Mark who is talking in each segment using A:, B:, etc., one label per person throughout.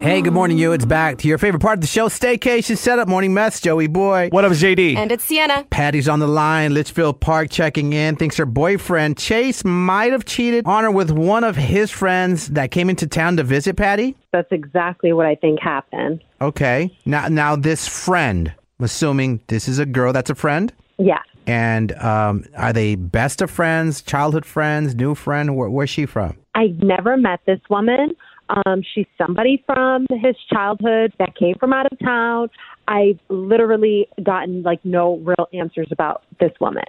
A: Hey, good morning, you. It's back to your favorite part of the show, Staycation Setup Morning Mess. Joey Boy.
B: What up, JD?
C: And it's Sienna.
A: Patty's on the line, Litchfield Park checking in, thinks her boyfriend Chase might have cheated on her with one of his friends that came into town to visit Patty.
D: That's exactly what I think happened.
A: Okay. Now now this friend, I'm assuming this is a girl that's a friend?
D: Yeah.
A: And um, are they best of friends, childhood friends, new friend? Where, where's she from?
D: I never met this woman. Um, she's somebody from his childhood that came from out of town. I've literally gotten like no real answers about this woman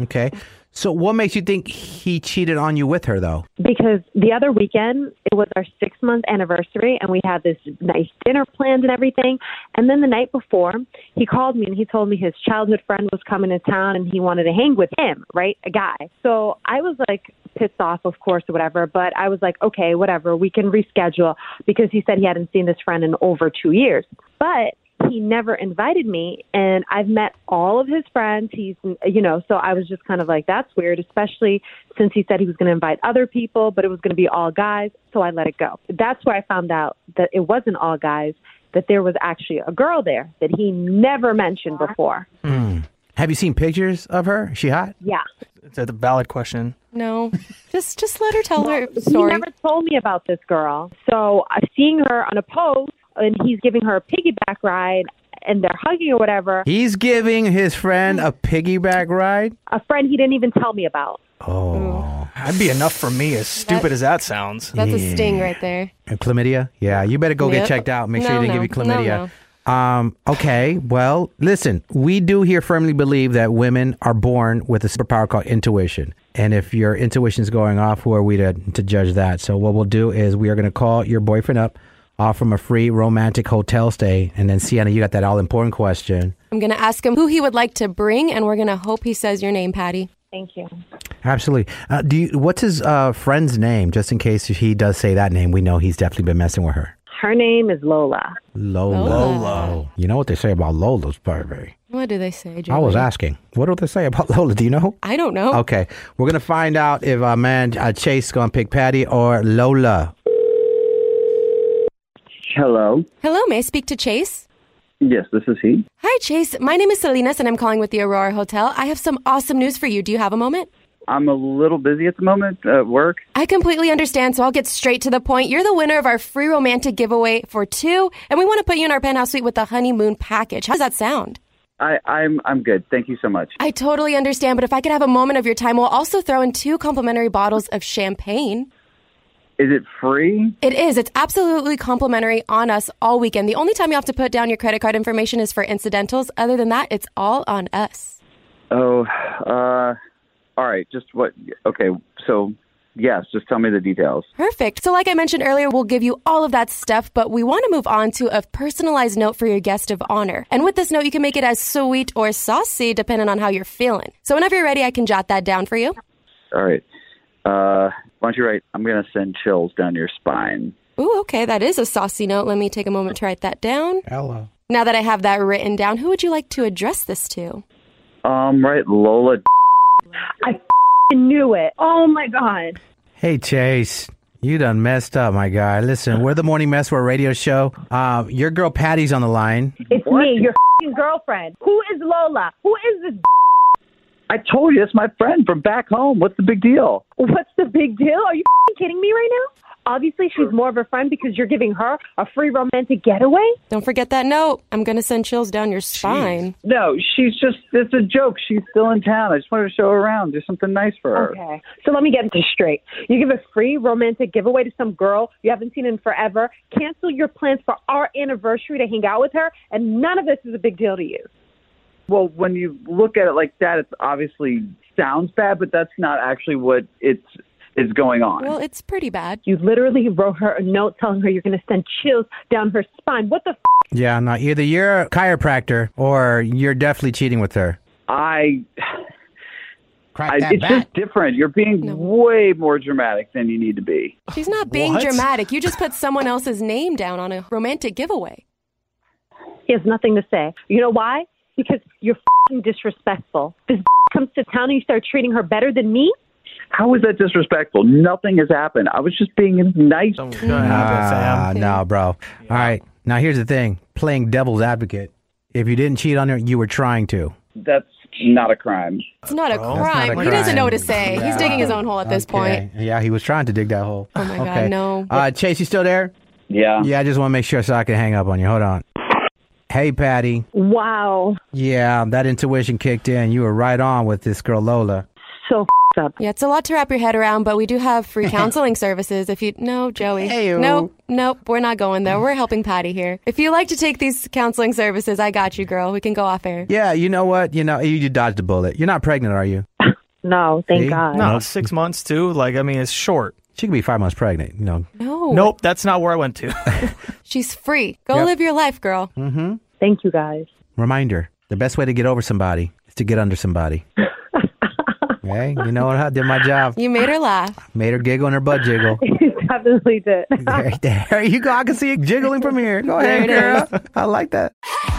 A: Okay. So what makes you think he cheated on you with her, though?
D: because the other weekend it was our six month anniversary and we had this nice dinner planned and everything. And then the night before, he called me and he told me his childhood friend was coming to town and he wanted to hang with him, right? A guy. So I was like pissed off, of course, or whatever. But I was like, okay, whatever, we can reschedule because he said he hadn't seen this friend in over two years. But he never invited me and i've met all of his friends he's you know so i was just kind of like that's weird especially since he said he was going to invite other people but it was going to be all guys so i let it go that's where i found out that it wasn't all guys that there was actually a girl there that he never mentioned before
A: Have you seen pictures of her? Is she hot?
D: yeah
B: It's a valid question.
C: No, just just let her tell her
D: He
C: story.
D: never told me about this girl. So uh, seeing her on a post and he's giving her a piggyback ride and they're hugging or whatever,
A: He's giving his friend a piggyback ride.
D: a friend he didn't even tell me about.
A: Oh,
B: That'd be enough for me, as stupid as that sounds.
C: That's a sting right there.
A: And chlamydia? Yeah, you better go
C: Yep.
A: get checked out. Make sure
C: No,
A: you didn't
C: no.
A: give you
C: No,
A: chlamydia. Um, okay, well, listen, we do here firmly believe that women are born with a superpower called intuition. And if your intuition's going off, who are we to, to judge that? So, what we'll do is we are going to call your boyfriend up, offer him a free romantic hotel stay, and then, Sienna, you got that all important question.
C: I'm gonna ask him who he would like to bring, and we're gonna hope he says your name, Patty.
D: Thank you.
A: Absolutely. Uh, do you, what's his uh, friend's name? Just in case if he does say that name, we know he's definitely been messing with her.
D: Her name is Lola.
A: Lola.
C: Lola.
A: You know what they say about Lola's baby.
C: What do they say? Joey?
A: I was asking. What do they say about Lola? Do you know?
C: I don't know.
A: Okay, we're gonna find out if our man uh, Chase gonna pick Patty or Lola.
E: Hello.
C: Hello, may I speak to Chase?
E: Yes, this is he.
C: Hi, Chase. My name is Salinas, and I'm calling with the Aurora Hotel. I have some awesome news for you. Do you have a moment?
E: I'm a little busy at the moment at work.
C: I completely understand, so I'll get straight to the point. You're the winner of our free romantic giveaway for two, and we want to put you in our penthouse suite with the honeymoon package. How does that sound?
E: I, I'm I'm good. Thank you so much.
C: I totally understand, but if I could have a moment of your time, we'll also throw in two complimentary bottles of champagne.
E: Is it free?
C: It is. It's absolutely complimentary on us all weekend. The only time you have to put down your credit card information is for incidentals. Other than that, it's all on us.
E: Oh, uh, all right. Just what? Okay. So, yes. Just tell me the details.
C: Perfect. So, like I mentioned earlier, we'll give you all of that stuff, but we want to move on to a personalized note for your guest of honor. And with this note, you can make it as sweet or saucy, depending on how you're feeling. So, whenever you're ready, I can jot that down for you.
E: All right. Uh, why don't you write? I'm gonna send chills down your spine.
C: Ooh, okay, that is a saucy note. Let me take a moment to write that down.
A: Hello.
C: Now that I have that written down, who would you like to address this to?
E: Um, right, Lola.
D: I f***ing knew it. Oh my God.
A: Hey Chase, you done messed up, my guy. Listen, we're the Morning Mess, we're a radio show. Uh, your girl Patty's on the line.
D: It's me, your f***ing girlfriend. Who is Lola? Who is this? b-
E: I told you it's my friend from back home. What's the big deal?
D: What's the big deal? Are you f***ing kidding me right now? Obviously, she's more of a friend because you're giving her a free romantic getaway.
C: Don't forget that note. I'm going to send chills down your spine.
E: No, she's just, it's a joke. She's still in town. I just wanted to show her around, do something nice for her.
D: Okay. So let me get this straight. You give a free romantic giveaway to some girl you haven't seen in forever, cancel your plans for our anniversary to hang out with her, and none of this is a big deal to you.
E: Well, when you look at it like that, it's obviously sounds bad, but that's not actually what it's is going on.
C: Well, it's pretty bad.
D: You literally wrote her a note telling her you're going to send chills down her spine. What the f?
A: Yeah, no, either you're a chiropractor or you're definitely cheating with her.
E: I,
A: Crack
E: I it's just different. You're being way more dramatic than you need to be.
C: She's not being
B: What?
C: dramatic. You just put someone else's name down on a romantic giveaway.
D: He has nothing to say. You know why? Because you're fing disrespectful. This b- comes to town and you start treating her better than me.
E: How is that disrespectful? Nothing has happened. I was just being nice.
B: Something's gonna happen, Sam.
A: no, bro. All right. Now here's the thing: playing devil's advocate. If you didn't cheat on her, you were trying to.
E: That's not a crime.
C: It's not a crime.
A: not a
C: he doesn't know what to
A: crime.
C: say. He's digging his own hole at this point.
A: Yeah, yeah, he was trying to dig that hole.
C: Oh my God, no.
A: Uh, Chase, you still there?
E: Yeah.
A: Yeah, I just want to make sure so I can hang up on you. Hold on. Hey, Patty.
D: Wow.
A: Yeah, that intuition kicked in. You were right on with this girl, Lola.
D: So f- up.
C: Yeah, it's a lot to wrap your head around, but we do have free counseling services. If you no, Joey,
A: Heyo.
C: nope, nope, we're not going there. We're helping Patty here. If you like to take these counseling services, I got you, girl. We can go off air.
A: Yeah, you know what? You know, you, you dodged a bullet. You're not pregnant, are you?
D: No, thank
A: See?
D: God.
B: No, six months too. Like, I mean, it's short.
A: She could be five months pregnant. You know,
C: No,
B: Nope, that's not where I went to.
C: she's free. Go
A: Yep.
C: live your life, girl.
D: Thank you guys.
A: reminder: the best way to get over somebody is to get under somebody. hey, you know what? I did my job.
C: You made her laugh.
A: Made her giggle and her butt jiggle.
D: You definitely did.
A: There, there you go. I can see it jiggling from here. Go ahead,
C: There
A: girl. I like that.